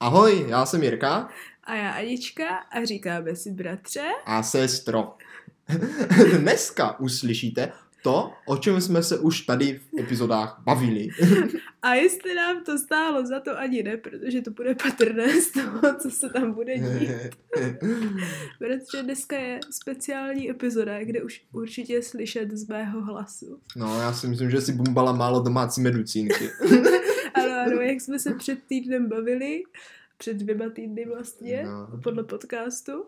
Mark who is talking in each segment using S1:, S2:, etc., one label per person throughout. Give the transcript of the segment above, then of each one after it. S1: Ahoj, já jsem Jirka
S2: A já Anička a říkáme si bratře.
S1: a sestro. Dneska uslyšíte to, o čem jsme se už tady v epizodách bavili.
S2: A jestli nám to stálo za to ani ne, protože to bude patrné z toho, co se tam bude dít. Protože dneska je speciální epizoda, kde už určitě slyšet z mého hlasu.
S1: No, já si myslím, že si bumbala málo domácí medicínky.
S2: Ano, ano, jak jsme se před týdnem bavili, před dvěma týdny vlastně,
S1: No.
S2: podle podcastu,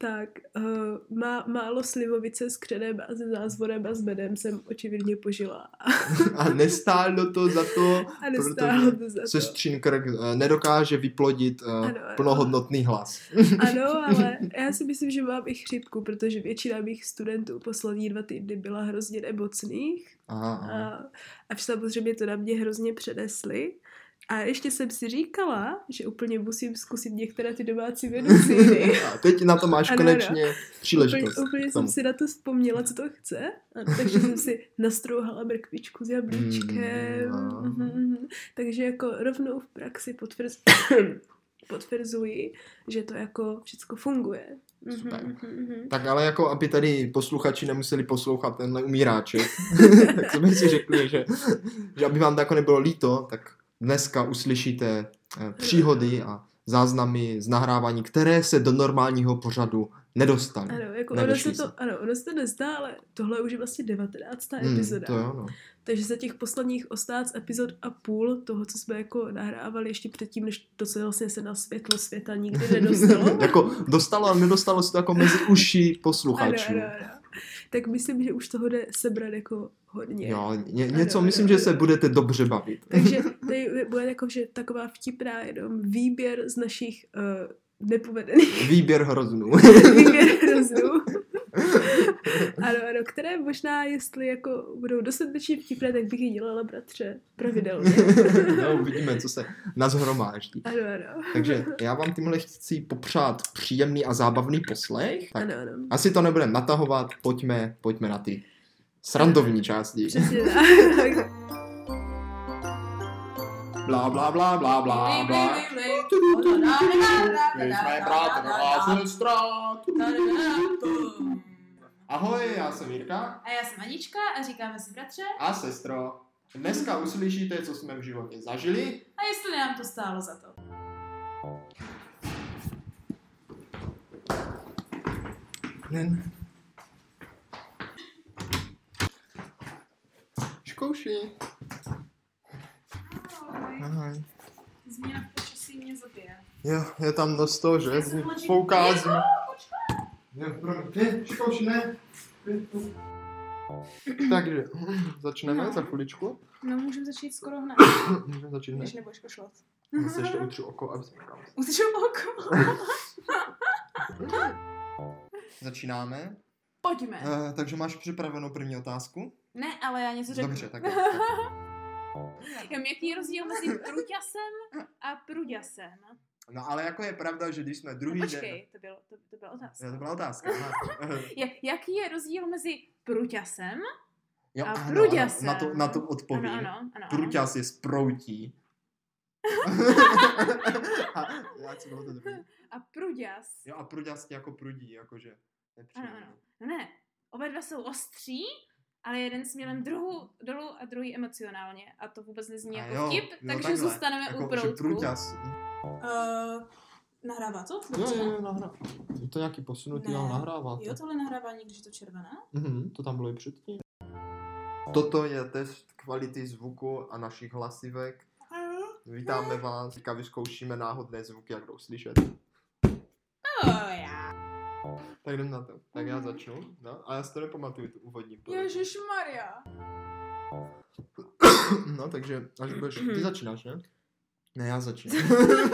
S2: tak uh, má, málo slivovice s křenem a se zázvorem a s medem jsem očividně požila.
S1: A nestálo to za to,
S2: A nestálo to za to.
S1: sestřin krk eh, nedokáže vyplodit eh,
S2: Ano, ano.
S1: plnohodnotný hlas.
S2: Ano, ale já si myslím, že mám i chřipku, protože většina mých studentů poslední dva týdny byla hrozně nemocných
S1: Aha, aha.
S2: a až samozřejmě to na mě hrozně přenesly. A ještě jsem si říkala, že úplně musím zkusit některé ty domácí věnucíny.
S1: A teď na to máš
S2: Ano, ano.
S1: konečně
S2: Úplně,
S1: příležitost.
S2: úplně
S1: k tomu.
S2: jsem si na to vzpomněla, co to chce, a takže jsem si nastrouhala mrkvičku s jablíčkem.
S1: Mm, no.
S2: Mhm, mhm. takže jako rovnou v praxi potvrz... potvrzuji, že to jako všechno funguje. Mhm,
S1: Super.
S2: mhm, mhm.
S1: Tak ale jako, aby tady posluchači nemuseli poslouchat tenhle umíráček, tak jsme si řekli, že, že aby vám to jako nebylo líto, tak dneska uslyšíte eh, příhody a záznamy z nahrávání, které se do normálního pořadu nedostaly.
S2: Ano, jako ono
S1: Nevyšli
S2: se to,
S1: se.
S2: ano, ono se to nezdá, ale tohle už je vlastně 19.
S1: Hmm,
S2: epizoda.
S1: to jo, no.
S2: Takže za těch posledních 18 epizod a půl toho, co jsme jako nahrávali ještě předtím, než to se vlastně se na světlo světa nikdy nedostalo.
S1: jako dostalo a nedostalo se to jako mezi uši posluchačů.
S2: Ano, ano, ano. Tak myslím, že už toho jde sebrat jako hodně.
S1: Jo, ně, něco,
S2: Ano,
S1: myslím,
S2: ano,
S1: že se
S2: ano.
S1: budete dobře bavit.
S2: Takže tady bude jako, že taková vtipná jenom výběr z našich uh, nepovedených
S1: Výběr hroznů.
S2: výběr hrozů. ano, ano, které možná, jestli jako budou dostatečně vtipné, tak bych ji dělala, bratře, pravidelně.
S1: no, uvidíme, co se nás hromáždí.
S2: Ano, ano.
S1: Takže já vám tímhle chci popřát příjemný a zábavný poslech. Tak
S2: Ano, ano.
S1: asi to nebudeme natahovat, pojďme, pojďme na ty srandovní části.
S2: Přesně tak.
S1: Blá, blá, blá, blá, blá, blá. My jsme bratr a sestra. Ahoj, já jsem Jirka
S3: A já jsem Anička a říkáme si bratře,
S1: a sestro. Dneska uslyšíte, co jsme v životě zažili.
S3: a jestli nám to stálo za to.
S1: Škouši. Ahoj.
S3: Změna v počasí mě zabije.
S1: Jo, je tam dost toho, že? Fouká z... Jo, pro- ty, škouši, ne. Ty, tu. Takže, začneme
S3: No.
S1: za chviličku.
S3: No, můžeme začít skoro hned,
S1: Můžeme začít ne.
S3: když nebudeš košlat. Mhm.
S1: Já se ještě utřu oko, aby jsme kam.
S3: Udržu oko.
S1: Začínáme.
S3: Pojďme.
S1: Eh, takže máš připravenou první otázku?
S3: Ne, ale já něco řeknu.
S1: Dobře, tak, jo, tak.
S3: Kam jaký je rozdíl mezi pruťasem a pruďasem?
S1: No ale jako je pravda, že když jsme druhý
S3: No,
S1: den...
S3: počkej, to, bylo, to, to byla otázka.
S1: Jo, to byla otázka. aha. Eh,
S3: Je, jaký je rozdíl mezi pruťasem?
S1: Jo,
S3: A
S1: ano, ano,
S3: pruďasem.
S1: Na to, na to odpovím.
S3: Ano, ano, ano. ano.
S1: Pruťas je sproutí. a, já, co bylo to druhý?
S3: A pruďas.
S1: Jo, a pruďas jako prudí, jakože.
S3: Ano, ano. No ne, oba dva jsou ostří, ale jeden směrem druhu dolů a druhý emocionálně. A to vůbec nezní
S1: A
S3: jako
S1: jo,
S3: vtip,
S1: jo,
S3: takže
S1: takhle.
S3: zůstaneme
S1: Jako,
S3: u
S1: že
S3: proutku.
S1: pruťas.
S3: Uh, nahrává to?
S1: Jo, jo, jo, nahrá... Je to nějaký posunutý,
S3: Ne.
S1: ale nahrává to.
S3: tohle nahrává někdy, že to červené?
S1: Mhm, to tam bylo i předtím. Toto je test kvality zvuku a našich hlasivek. Vítáme vás, teďka vyzkoušíme náhodné zvuky, jak jdou slyšet.
S3: Oh, já.
S1: Tak jdem na to. Tak
S3: Mhm.
S1: já začnu. No, a já si to nepamatuju, tu úvodní. pověď.
S3: Maria.
S1: No, takže až budeš...
S3: Mhm.
S1: Ty začínáš, ne? Ne, já začínám.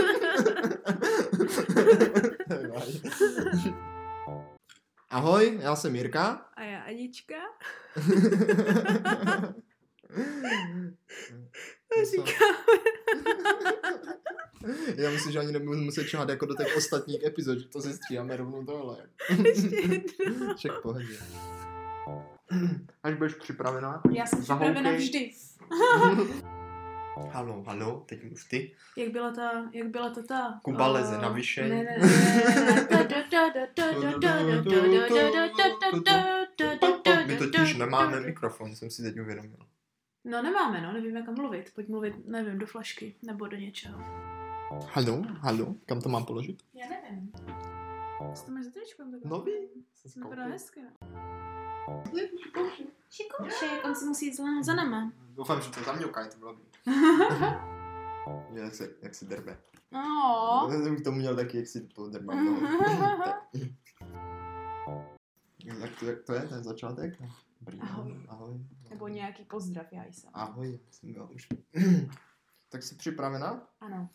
S1: Ahoj, já jsem Jirka.
S2: A já Anička. Říkáme,
S1: Já myslím, že ani nebudu muset čehat jako do těch ostatních epizod, že to si stříháme rovnou tohle.
S2: ještě jednou.
S1: Však pohodě. Až budeš připravená.
S3: Já jsem
S1: Zahoukej.
S3: připravena vždy.
S1: Halo, halo, teď už ty.
S2: Jak byla ta, jak byla ta ta...
S1: Kuba
S2: eh,
S1: leze na vyšeň.
S3: No, Ne, ne, ne, ne, ne.
S1: My totiž nemáme mikrofon, jsem si teď uvědomil.
S2: No nemáme, no, nevím, jak mluvit. Pojď mluvit, nevím, do flašky nebo do něčeho.
S1: Halo, halo, kam to mám položit?
S2: Já nevím. Co to máš za tričko?
S1: Nový.
S2: Jsem vypadá no. hezké.
S3: Šikovšek, on si musí jít za- za náma.
S1: Doufám, že to zamňouká, to bylo by. jak, se, jak se drbe.
S3: No.
S1: Já jsem k tomu měl taky, jak si to drbe. jak, to, jak to je, ten začátek? Dobrý, den,
S3: Ahoj.
S1: Ahoj.
S3: Nebo nějaký pozdrav, já jsem.
S1: Ahoj, jsem byl už. tak jsi připravená?
S3: Ano.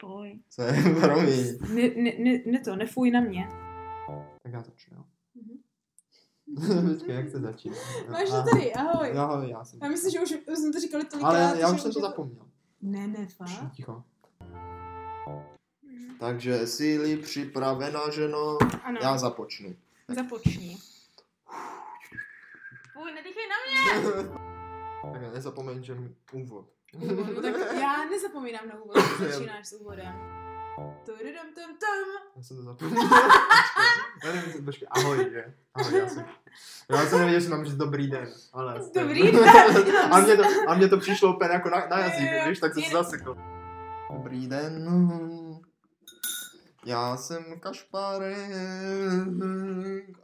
S3: Poj.
S1: Co je, promiň.
S3: Ne, ne, ne, ne to, nefuj na mě.
S1: Tak já začnu, jo.
S3: Mhm.
S1: Počkej, jak se začíná?
S3: Máš
S1: Aha.
S3: to tady, ahoj.
S1: Ahoj, já jsem.
S3: Já myslím, že už už jsme to říkali tolikrát.
S1: Ale já, já
S3: že
S1: už jsem to zapomněl.
S3: Ne, ne,
S1: Už
S3: fakt.
S1: Ticho. Takže síly připravena, ženo.
S3: Mm, Ano,
S1: Já započnu.
S3: započni. Fuj, nedýchej na mě.
S1: Tak já nezapomeň, že mi úvod.
S3: No, tak já nezapomínám na úvod, když začínáš s úvodem. Tududum, tum, tum.
S1: Já jsem to zapomněl. já nevím, co- počkej, ahoj, že? Ahoj, já jsem. Já jsem nevěděl, že mám říct dobrý den, ale...
S3: Dobrý den.
S1: a, mě to, a mě to přišlo úplně jako na, na jazyk,
S3: Jo, jo, jo.
S1: víš, tak jsem se zasekl. Dobrý den. Já jsem Kašpárek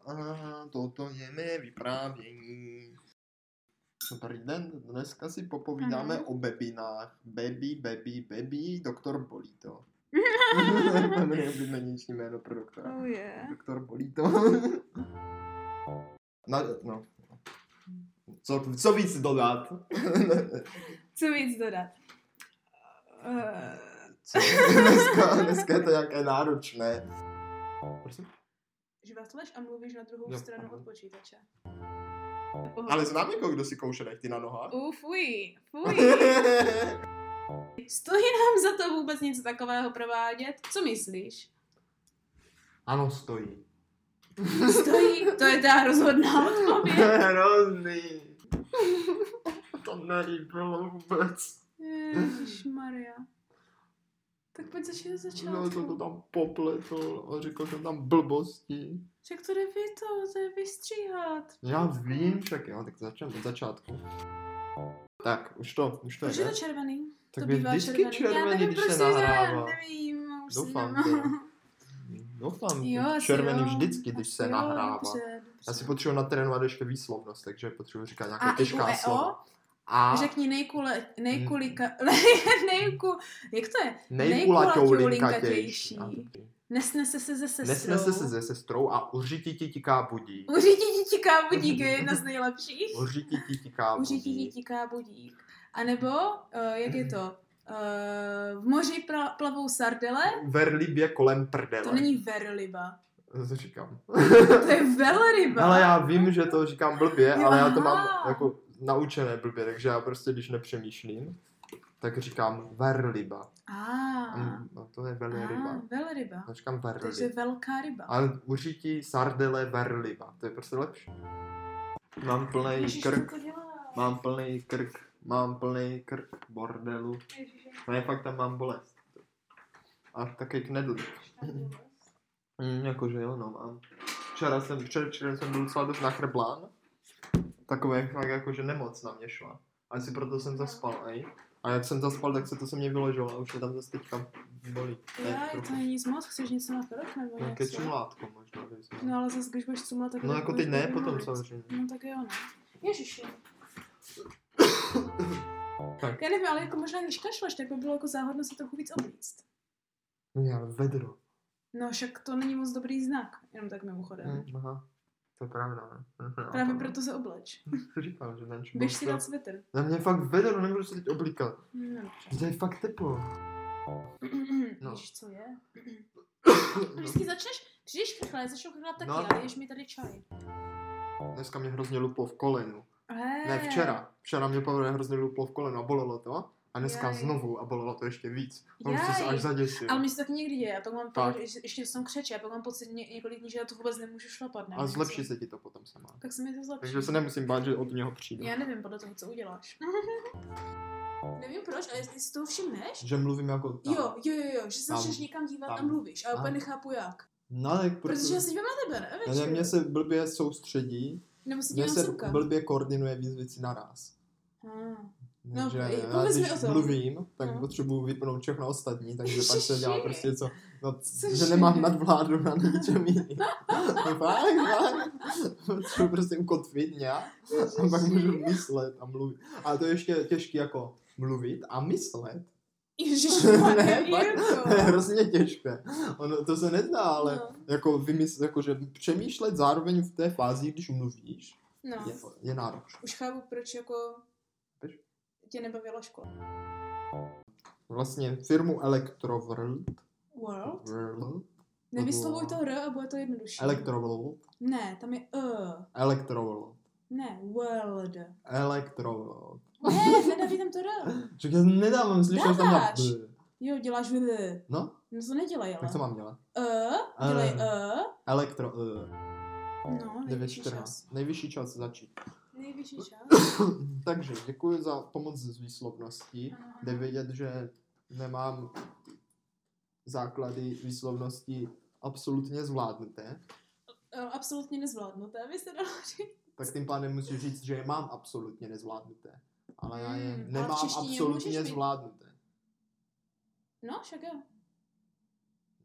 S1: a toto je mé vyprávění. Dobrý den, dneska si popovídáme
S3: Ano.
S1: o bebinách. Baby, baby, baby, doktor bolí to. to je nejoblíbenější jméno pro doktora.
S3: Oh yeah.
S1: Doktor bolí to. Na, no. Co, co víc dodat?
S3: Co víc dodat? Eh,
S1: Co? Dneska, dneska je to nějaké náročné. Prosím?
S3: že vás lež a mluvíš na druhou
S1: Jo,
S3: stranu
S1: pardon.
S3: od počítače.
S1: Ale znám někoho, kdo si kouše nechty na nohách.
S3: U, fuj, fuj. Stojí nám za to vůbec něco takového provádět? Co myslíš?
S1: ano, stojí.
S3: Stojí, to je ta rozhodná odpověď.
S1: Hrozný. to nelíbilo vůbec.
S3: Ježišmarja. Tak pojď začít
S1: No,
S3: od
S1: to to
S3: začátku.
S1: tam popletl a řekl jsem tam blbosti.
S3: Však to jde vy to, to je vystříhat.
S1: Já vím, však jo, tak začneme od začátku. Tak, už to, už to
S3: Proč
S1: je,
S3: je
S1: ne?
S3: to červený?
S1: Tak
S3: to
S1: je vždycky
S3: Já
S1: červený,
S3: nevím,
S1: když
S3: proč
S1: se
S3: to je
S1: nahrává.
S3: nevím, už
S1: Doufám,
S3: si
S1: že
S3: nemám.
S1: Doufám, že
S3: no. Jo, asi
S1: červený
S3: jo.
S1: vždycky, když
S3: Asi
S1: se
S3: jo,
S1: nahrává.
S3: Dobře, dobře.
S1: Já si potřebuji natrénovat ještě výslovnost, takže potřebuji říkat nějaké
S3: A E
S1: těžká
S3: IUEO?
S1: slova. A Hmm.
S3: Řekni nejkule, nejkulika, nejku, jak to je? nejkulaťoulinkatější.
S1: nejkulaťoulinkatější. Ano, dobrý.
S3: Nesnese se ze sestrou.
S1: Nesnese se se sestrou a uřití ti tiká budík.
S3: Uřití ti tiká budík je jedna z nejlepších.
S1: Uřití ti tiká
S3: Uřití ti
S1: budík.
S3: tiká budík. A nebo, eh, jak je to? Eh, v moři pra- plavou sardele,
S1: Verlibě kolem
S3: to
S1: prdele.
S3: není verliba.
S1: To říkám.
S3: To je velryba.
S1: Ale já vím, že to říkám blbě,
S3: Jo,
S1: ale já to
S3: aha.
S1: mám jako naučené blbě, takže já prostě, když nepřemýšlím, tak říkám verliba. A
S3: Ah,
S1: m- a to je
S3: ah,
S1: velryba.
S3: velryba.
S1: Já říkám
S3: Takže
S1: verliba.
S3: velká ryba.
S1: Ale uřití sardele verliba. To je prostě lepší. Mám plný
S3: Ježiš,
S1: krk,
S3: co to dělá?
S1: mám plný krk, mám plný krk bordelu.
S3: Ježiš,
S1: Ne, fakt tam mám bolest. A taky knedl. Mhm. Mm, jakože jo, no mám. Včera jsem, včera, včera jsem byl docela dost nachrblán. Takové fakt jakože nemoc na mě šla. A asi proto jsem zaspal, ej. A jak jsem zaspal, tak se to se mě vyložilo a už mě tam zase teďka bolí. Ne,
S3: Jaj, to
S1: trochu.
S3: není nic moc, chceš něco na krok nebo
S1: Nějaké
S3: něco?
S1: čumlátko možná. by se-
S3: No ale zase, když budeš cumlat, tak...
S1: No jako
S3: budeš
S1: teď ne,
S3: mluvit.
S1: potom samozřejmě.
S3: No tak jo, no. Ježiši.
S1: Tak.
S3: Já nevím, ale jako možná když kašleš, tak by bylo jako záhodno se trochu víc oblíct.
S1: No já vedro.
S3: No však to není moc dobrý znak, jenom tak mimochodem.
S1: Hm, Aha, to je pravda. ne? Mhm,
S3: Právě
S1: ano.
S3: proto se obleč.
S1: Jsi říkal, že ten
S3: Běž si dát svetr.
S1: Na mě je fakt vedro, nemůžu se teď oblíkat.
S3: Hm, dobře.
S1: Zde je fakt teplo. No.
S3: Víš, co je? Vždycky začneš, přijdeš chrchle, začnu chrchlat taky,
S1: No.
S3: ale ješ mi tady čaj.
S1: Dneska mě hrozně luplo v kolenu.
S3: Hey.
S1: Ne, včera. Včera mě povrvé hrozně luplo v koleno a bolelo to. A dneska
S3: Jaj.
S1: znovu a bolelo to ještě víc. On
S3: Jaj.
S1: se až zaděsil.
S3: Ale mi se taky někdy děje, já pak mám
S1: Tak.
S3: pocit, že ještě jsem křeče, já pak mám pocit ně, několik dní, že já to vůbec nemůžu šlapat. Ne?
S1: A zlepší se ti to potom sama.
S3: Tak se mi to zlepší.
S1: Takže se nemusím bát, že od něho přijde.
S3: Já nevím podle toho, co uděláš. nevím proč, ale jestli si toho všimneš?
S1: Že mluvím jako...
S3: Jo, jo, jo, jo, že se
S1: Tam.
S3: začneš někam dívat
S1: Tam.
S3: a mluvíš, ale
S1: Tam.
S3: úplně nechápu jak.
S1: No, ale jak
S3: Protože
S1: protože-
S3: já se dívám na tebe,
S1: Ne,
S3: ne?
S1: ne,
S3: večer.
S1: mě se blbě soustředí,
S3: Nebo se
S1: mě
S3: dívám
S1: se
S3: semka.
S1: blbě koordinuje víc věcí naraz.
S3: Ah. No,
S1: Takže
S3: i-
S1: já
S3: pověz mi
S1: když
S3: o tom.
S1: mluvím, tak
S3: No.
S1: potřebuji vypnout všechno ostatní, takže pak se dělá
S3: Ježiši.
S1: prostě něco, no,
S3: Cože?
S1: že nemám nadvládu na ničem jiným. No fakt, fakt. Potřebuji prostě ukotvit nějak a pak můžu myslet a mluvit. Ale to je ještě těžký jako mluvit a myslet.
S3: Ježiši,
S1: Ne,
S3: pane,
S1: fakt.
S3: Jirko.
S1: To je hrozně těžké. Ono, to se nezdá, ale
S3: No.
S1: jako vymysl, jakože přemýšlet zároveň v té fázi, když mluvíš,
S3: No,
S1: je, je náročné.
S3: už chápu, proč jako
S1: Proč?
S3: tě nebavila škola.
S1: Vlastně firmu Electroworld,
S3: World?
S1: World,
S3: Nevyslovuj to R a bude to jednodušší.
S1: Electroworld,
S3: Ne, tam je E.
S1: Electroworld,
S3: Ne, world. Ne,
S1: Electroworld.
S3: nedáví tam to R.
S1: Ček, já nedávám, slyšel jsem na
S3: Dáváš.
S1: B.
S3: Jo, děláš V.
S1: No,
S3: No to nedělej, ale.
S1: tak co mám dělat?
S3: E, dělej E.
S1: Elektro, uh,
S3: No, nejvyšší čas.
S1: 9.14. Nejvyšší čas začít.
S3: Nejvyšší čas.
S1: Takže děkuji za pomoc s výslovností.
S3: Ano.
S1: jde vědět, že nemám základy výslovnosti absolutně zvládnuté,
S3: E, Absolutně nezvládnuté, by se dalo říct.
S1: tak tím pádem musíš říct, že je mám absolutně nezvládnuté. Ale já je
S3: Mm, ale v
S1: nemám
S3: češtině můžeš
S1: absolutně
S3: mít.
S1: zvládnuté.
S3: No, však jo.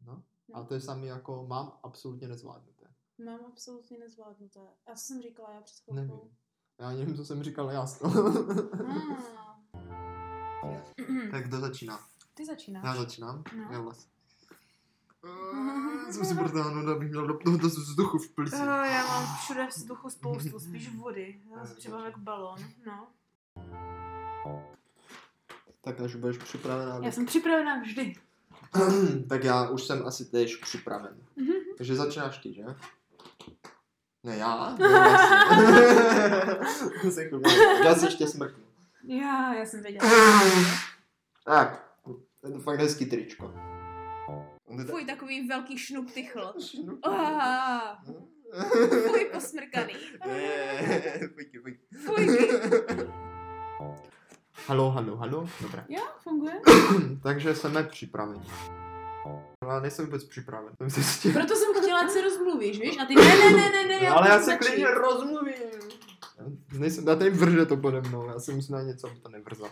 S1: No?
S3: No.
S1: A to je samé jako mám absolutně nezvládnuté.
S3: Mám absolutně nezvládnuté. A co jsem říkala já před
S1: Nevím.
S3: chvilkou?
S1: Já ani nevím, co jsem říkal, já to.
S3: Ah.
S1: tak kdo začíná?
S3: Ty začínáš.
S1: Já začínám.
S3: No.
S1: Já vlastně. Eh, Jsem si protáhnul, abych měl do, dost vzduchu v plici.
S3: Ah, já mám všude vzduchu spoustu, spíš vody. Já
S1: Eh,
S3: jsem třeba jak balón, no.
S1: Tak až budeš připravená,
S3: Já jsem připravená vždy.
S1: tak já už jsem asi tež připraven.
S3: Mhm.
S1: Takže začínáš ty, že? Ne, já? No, vlastně. Jsem chvilku- já se ještě smrknu.
S3: Já, já jsem věděla.
S1: Tak, to je fakt hezký tričko.
S3: Fuj, takový velký šnup tychl.
S1: Šnup.
S3: Ah, fuj, posmrkaný.
S1: Ne, pojď, pojď.
S3: Fuj,
S1: Halo, halo, halo. Dobré.
S3: funguje?
S1: Takže jsme připraveni. Já nejsem vůbec připraven. Jsem se s tím...
S3: Proto jsem chtěla, ať se rozmluvíš, víš? A ty ne, ne, ne, ne, ne, já
S1: No, Ale já
S3: musím
S1: se
S3: začít.
S1: klidně rozmluvím. Já Nejsem, já tady vrže to pode mnou, já si musím na něco, aby to nevrzalo.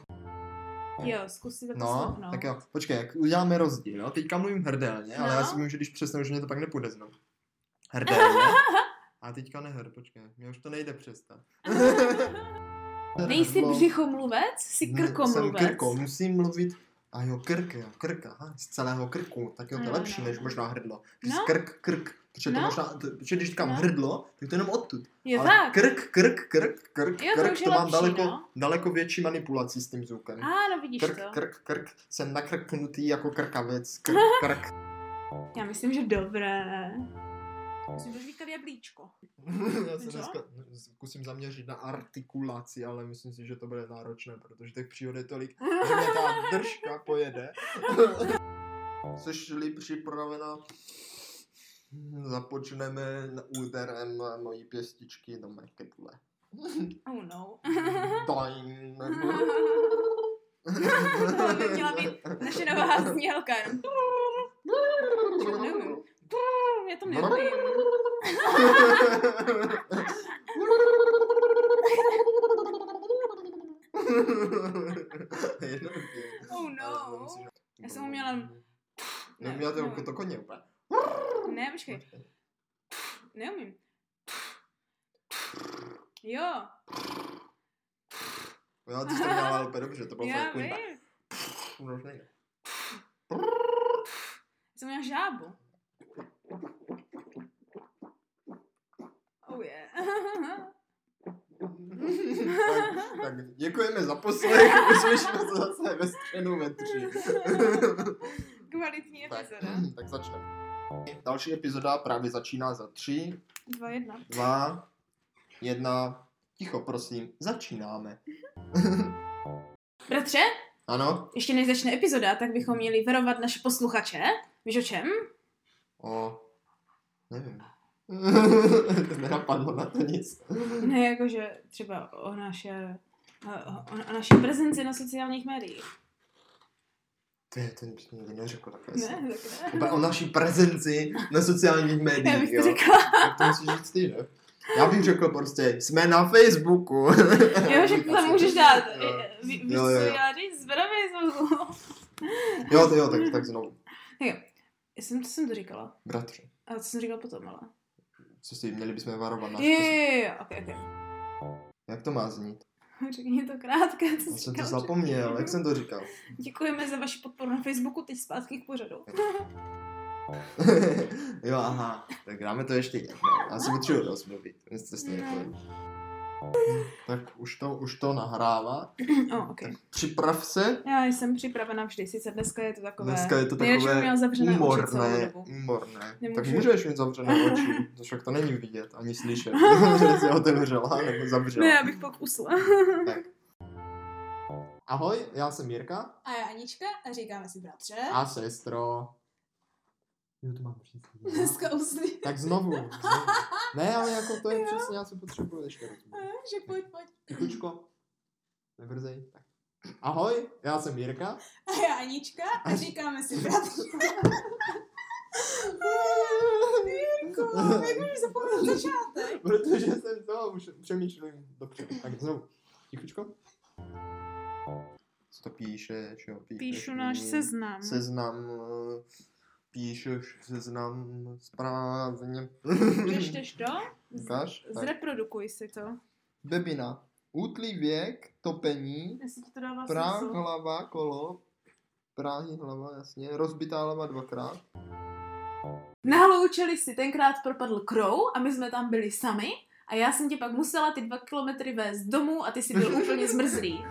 S3: Jo, zkus si to
S1: No,
S3: poslouchnout.
S1: tak jo, počkej, jak uděláme rozdíl, jo? Teďka mluvím hrdelně, ale já
S3: No.
S1: si myslím, že když přesnou, že mě to pak nepůjde znovu. Hrdelně. A teďka nehr, počkej, mě už to nejde přestat.
S3: Nejsi
S1: Hrdlo.
S3: břichomluvec, jsi
S1: Ne,
S3: krkomluvec.
S1: Jsem krko, musím mluvit, a jo, krk, jo, krk, aha, z celého krku, tak jo, to je
S3: No,
S1: lepší
S3: no,
S1: než
S3: no.
S1: možná hrdlo. Přes
S3: No.
S1: krk, krk, protože, to
S3: No.
S1: možná, to, protože když říkám
S3: No.
S1: hrdlo, tak to je jenom odtud.
S3: Jo,
S1: Ale
S3: tak.
S1: Krk, krk, krk, krk,
S3: Jo, to
S1: krk,
S3: už
S1: to,
S3: je
S1: mám
S3: lepší,
S1: daleko,
S3: no.
S1: daleko větší manipulaci s tím zvukem.
S3: A, no vidíš
S1: Krk,
S3: to.
S1: krk, krk, jsem nakrknutý jako krkavec, krk, krk.
S3: Já myslím, že dobré. Myslím, že říkat jablíčko.
S1: Já se
S3: Co?
S1: dneska zkusím zaměřit na artikulaci, ale myslím si, že to bude náročné, protože těch příhod je tolik, že mě ta držka pojede. Jsi-li připravena, hm, započneme na- úderem mojí pěstičky do mé keble.
S3: Oh no.
S1: Dojn.
S3: To by měla být naše nová znělka. jenom. Já to nebojím.
S1: Oh
S3: Oh no. Já jsem uměla-
S1: No,
S3: Ne,
S1: měla to jako
S3: neumím.
S1: to koně úplně.
S3: Ne, počkej, neumím. Jo,
S1: Já to jsem dělala úplně dobře, to bylo
S3: já
S1: fakt jako
S3: vím.
S1: kurva.
S3: Já
S1: Už nejde.
S3: jsem měla žábu. Oh yeah.
S1: tak, tak děkujeme za poslech, uslyšíme se zase ve střenu ve tři.
S3: Kvalitní
S1: tak,
S3: epizoda.
S1: tak začneme. Další epizoda právě začíná za tři,
S3: Dva jedna.
S1: dva, jedna, ticho prosím, začínáme.
S3: Bratře,
S1: Ano?
S3: Ještě než začne epizoda, tak bychom měli verovat naše posluchače. Víš o čem?
S1: O. Nevím. Nenapadlo na to nic.
S3: Ne, jakože třeba o naše, o, o naše prezenci na sociálních médiích.
S1: To je, to bych nikdy neřekl takhle.
S3: Ne, tak ne.
S1: Oba- O naší prezenci na sociálních médiích,
S3: Já bych to
S1: jo.
S3: řekla.
S1: Tak to musíš říct ty, ne? Já bych řekl prostě, jsme na Facebooku.
S3: Jo, že to tam můžeš dát. Eh,
S1: Jo.
S3: Ví- Víš,
S1: No, Jo, jo,
S3: co
S1: jo.
S3: já říct? Zbravě znovu.
S1: Jo, to jo, tak, tak znovu.
S3: Já jsem to, jsem to říkala.
S1: Bratře,
S3: A co jsem říkala potom, ale...
S1: co si, měli bychom varovat náš
S3: Jo, jo,
S1: posl-
S3: jo, jo, ok, ok.
S1: Jak to má znít?
S3: Řekni to krátké, co
S1: Já jsem
S3: jsi
S1: to
S3: říkala, že-
S1: zapomněl, jak jsem to říkal.
S3: Děkujeme za vaši podporu na Facebooku, teď zpátky k pořadu.
S1: jo, aha, tak dáme to ještě jednou. Já si potřebuji dost mluvit, nic to stejně to Tak už to, už to nahrává.
S3: Oh, okay.
S1: Připrav se.
S3: Já jsem připravena vždy, sice dneska je to takové...
S1: Dneska je to
S3: Nejradši bych
S1: takové
S3: měla zavřené oči celou
S1: úmorné,
S3: dobu.
S1: úmorné. Tak
S3: Nemůžu.
S1: můžeš mít zavřené oči, to však to není vidět, ani slyšet, že jsi otevřela nebo
S3: Ne,
S1: zavřela.
S3: já bych pak usla.
S1: Ahoj, já jsem Jirka
S3: A já Anička a říkáme si bratře.
S1: a sestro. Jo, to mám říct.
S3: Dneska usli.
S1: Tak znovu, znovu. Ne, ale jako to je přesně, já se potřebuji ještě rozumět.
S3: Že pojď, pojď.
S1: Kučko, nevrzej. Tak. Ahoj, já jsem Jirka.
S3: A já Anička
S1: A-
S3: říkáme si bratře. Jirko,
S1: jak
S3: můžeš zapomenout začátek?
S1: Protože jsem to už přemýšlím dobře. Tak znovu. Tichučko. Co to píšeš? Jo, píšeš
S3: Píšu náš
S1: mi.
S3: seznam.
S1: Seznam. eh, Píšeš seznam správně.
S3: Přečteš to?
S1: Ukáž? Tak.
S3: Zreprodukuj si to.
S1: Bebina. Útlý věk, topení,
S3: Jestli ti to dává
S1: Prah,
S3: smysl.
S1: hlava, kolo. Práhy, hlava, jasně. Rozbitá hlava dvakrát.
S3: Naloučili si, tenkrát propadl krou a my jsme tam byli sami a já jsem tě pak musela ty dva kilometry vést domů a ty jsi byl úplně zmrzlý.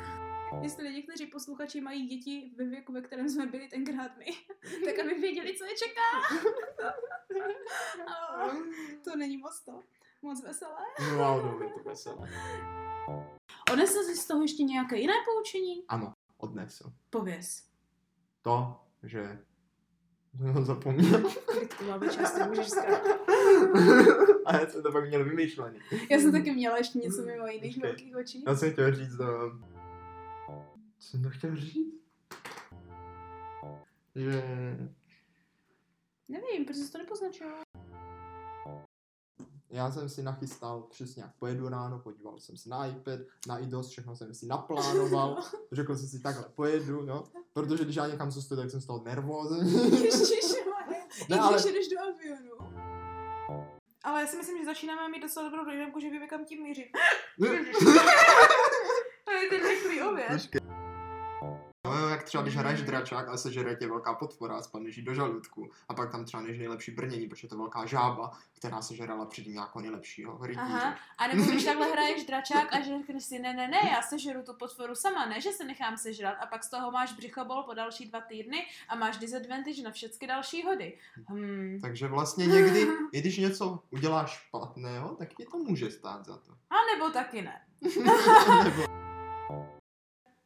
S3: Jestli někteří posluchači mají děti ve věku, ve kterém jsme byli tenkrát my, tak aby věděli, co je čeká. to není moc to. Moc veselé.
S1: Wow, dobrý, to veselé.
S3: Odnesl jsi z toho ještě nějaké jiné poučení?
S1: Odnesu.
S3: Pověz.
S1: To, že... Jsem ho zapomněl.
S3: Kvitku máme často, můžeš zkrátit.
S1: A já jsem to pak měl vymýšlený.
S3: Já jsem taky měla ještě něco mimo jiných velkých očí.
S1: Já jsem chtěl říct... ehm, Co jsem to chtěl říct? Že...
S3: Nevím, proč jsi to nepoznačila.
S1: Já jsem si nachystal přesně, jak pojedu ráno, podíval jsem se na iPad, na iDOS, všechno jsem si naplánoval, řekl jsem si takhle, pojedu, jo, protože když já někam cestuju, tak jsem z toho nervózní.
S3: Ježišmarja,
S1: Ne, ale-
S3: jdeš do avionu. Ale já si myslím, že začínáme mít docela dobrou dojemku, že víme, kam tím mířím. To je ten rychlý oběd.
S1: No, jak třeba když hraješ dračák a sežere tě velká potvora a spadneš jí do žaludku a pak tam třeba než nejlepší brnění, protože to je velká žába, která sežerala předtím nějakého jako nejlepšího rytíře.
S3: Aha, a nebo když takhle hraješ dračák a řekneš si, ne, ne, ne, já sežeru tu potvoru sama, ne, že se nechám sežrat a pak z toho máš břichobol po další dva týdny a máš disadvantage na všechny další hody. Hmm.
S1: Takže vlastně někdy, i když něco uděláš špatného, tak ti to může stát za to.
S3: A nebo taky ne.
S1: Nebo...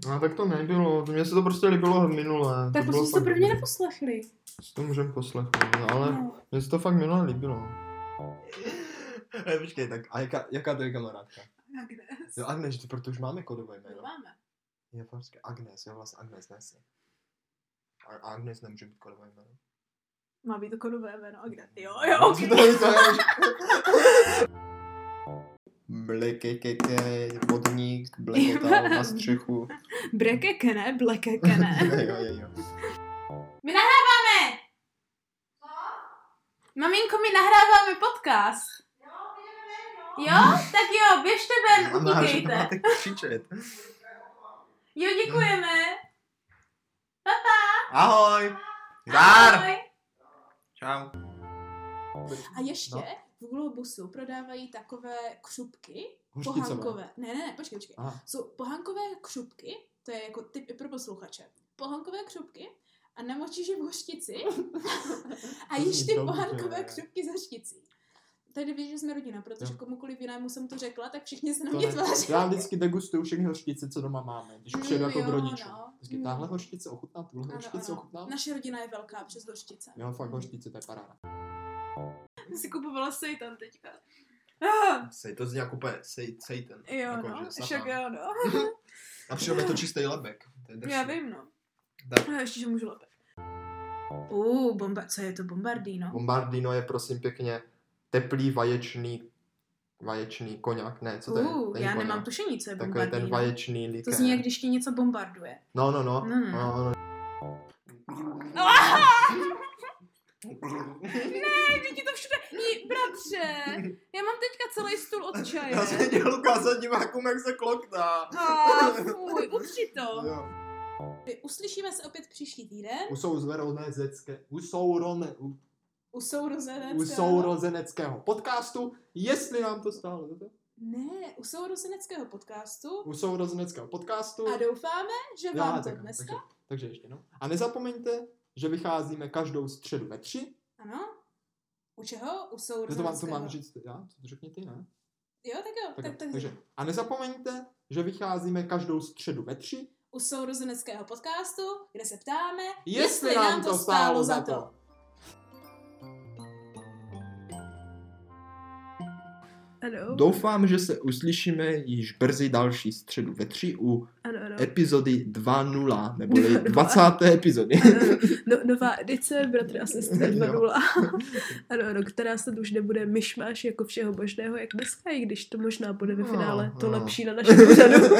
S1: No tak to nebylo, mně se to prostě líbilo minule.
S3: Tak proč jste to prvně No. neposlechli?
S1: Si to můžeme poslechnout, no, ale mně se to fakt minule líbilo. Počkej, tak a jaká, jaká to je kamarádka?
S3: Agnes.
S1: Jo, Agnes, ty proto už máme kodové jméno.
S3: Máme.
S1: Je prostě Agnes, jo, vlastně Agnes nese. A a Agnes nemůže být kodové jméno.
S3: Má být to kodové jméno Agnes. Jo,
S2: No.
S3: jo, ok.
S1: Blekekeke, vodník, blekotal na střechu.
S3: Brekeke ne, blekeke ne.
S1: jo, jo, jo.
S3: Ne! Maminko, my nahráváme podcast.
S1: No,
S3: Jo, tak jo, běžte ven,
S1: Mama, že to
S3: utíkejte.
S1: máte křičet.
S3: Jo, děkujeme.
S1: Ahoj! Zdar!
S3: Ahoj.
S1: Čau.
S3: A ještě
S1: No.
S3: v Globusu prodávají takové křupky,
S1: Hořticové.
S3: pohankové. Ne, ne, ne, počkej, počkej.
S1: Aha.
S3: Jsou pohankové křupky, to je jako tip i pro posluchače. Pohankové křupky a namočíš je v hořtici a
S1: To
S3: jíš
S1: zní
S3: ty
S1: dobře.
S3: pohankové křupky za hořticí. Tady víš, že jsme rodina, protože
S1: Jo.
S3: komukoliv jinému jsem to řekla, tak všichni se na
S1: To
S3: mě
S1: ne,
S3: tváří.
S1: já vždycky degustuju všechny hořtice, co doma máme, když přijedu jako k rodičům.
S3: No.
S1: Říkají, tahle hořčice ochutná, tuhle
S3: Ano,
S1: hořčice
S3: ano.
S1: ochutná.
S3: Naše rodina je velká přes hořčice.
S1: Jo, fakt hořčice, to je paráda.
S3: Jsi kupovala seitan teďka. Ah,
S1: Sej, to zní jako úplně sej, sejten.
S3: jo,
S1: jako,
S3: no,
S1: že satán.
S3: však jo, no.
S1: A přitom je to čistý lebek. To je drsný.
S3: Já vím, no.
S1: Tak.
S3: No, ještě, že můžu lépe. Uh, bomba, co je to no? bombardino?
S1: Bombardino je prosím pěkně teplý vaječný, vaječný koněk, ne, co to je?
S3: Uh,
S1: Není
S3: já
S1: koněk.
S3: nemám tušení, co je
S1: Takový ten
S3: bombardino.
S1: vaječný likér.
S3: To zní, jak když tě něco bombarduje.
S1: No, no, no.
S3: No, no, no.
S1: no, no.
S3: Ne, vidí to všude. Jí, bratře, já mám teďka celý stůl od čaje.
S1: Já jsem dělal ukázat divákům, jak se kloktá.
S3: A, fuj, utři to.
S1: Jo.
S3: Uslyšíme se opět příští týden
S1: U sourozené zecké, u sourone, u,
S3: u sourozeneckého.
S1: u sourozeneckého podcastu, jestli nám to stálo. to to?
S3: Ne, u sourozeneckého podcastu.
S1: U sourozeneckého podcastu.
S3: A doufáme, že
S1: Já,
S3: vám to
S1: tak,
S3: dneska...
S1: takže, takže ještě no. A nezapomeňte, že vycházíme každou středu ve tři.
S3: Ano? U čeho? U
S1: Že to, mám,
S3: sourozeneckého.
S1: to mám říct já? Co to řekni ty, ne?
S3: Jo, tak jo,
S1: No, Tak,
S3: tak, tak,
S1: takže, a nezapomeňte, že vycházíme každou středu ve tři.
S3: U sourozeneckého podcastu, kde se ptáme,
S1: Jestli, nám, to stálo za to.
S2: Ano,
S1: Doufám, že se uslyšíme již brzy další středu ve tři u
S2: ano, ano.
S1: epizody 2.0, neboli 20. epizody.
S2: Ano, No, nová edice, bratr a sestra
S1: Jo.
S2: 2.0. ano, ano, která snad už nebude myšmaš jako všeho možného, jak dneska, i když to možná bude ve
S1: No,
S2: finále to
S1: no.
S2: lepší na našem pořadu.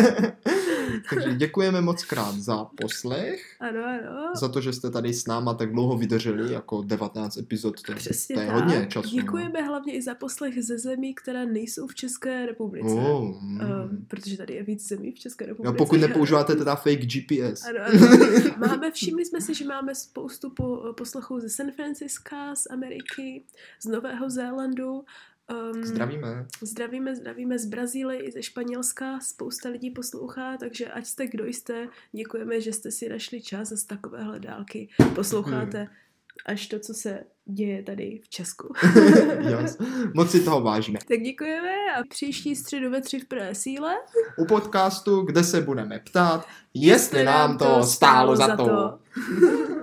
S1: Takže děkujeme moc krát za poslech,
S2: Ano, ano.
S1: za to, že jste tady s náma tak dlouho vydrželi, jako 19 epizod, to je,
S2: Přesně
S1: to je
S2: tak.
S1: hodně času. no.
S2: Děkujeme hlavně i za poslech ze zemí, které nejsou v České republice.
S1: Oh,
S2: Um,
S1: mm.
S2: protože tady je víc zemí v České republice.
S1: jo, pokud nepoužíváte teda fake GPS.
S2: Ano, ano. Máme, všimli jsme si, že máme spoustu po, poslechů ze San Franciska, z Ameriky, z Nového Zélandu. Um,
S1: Zdravíme.
S2: Zdravíme, zdravíme z Brazílie i ze Španělska, spousta lidí poslouchá, takže ať jste kdo jste, děkujeme, že jste si našli čas a z takovéhle dálky posloucháte až to, co se děje tady v Česku.
S1: yes. Moc si toho vážíme.
S2: tak děkujeme a příští středu ve tři v prvé síle.
S1: U podcastu, kde se budeme ptát, jestli nám to stálo za to.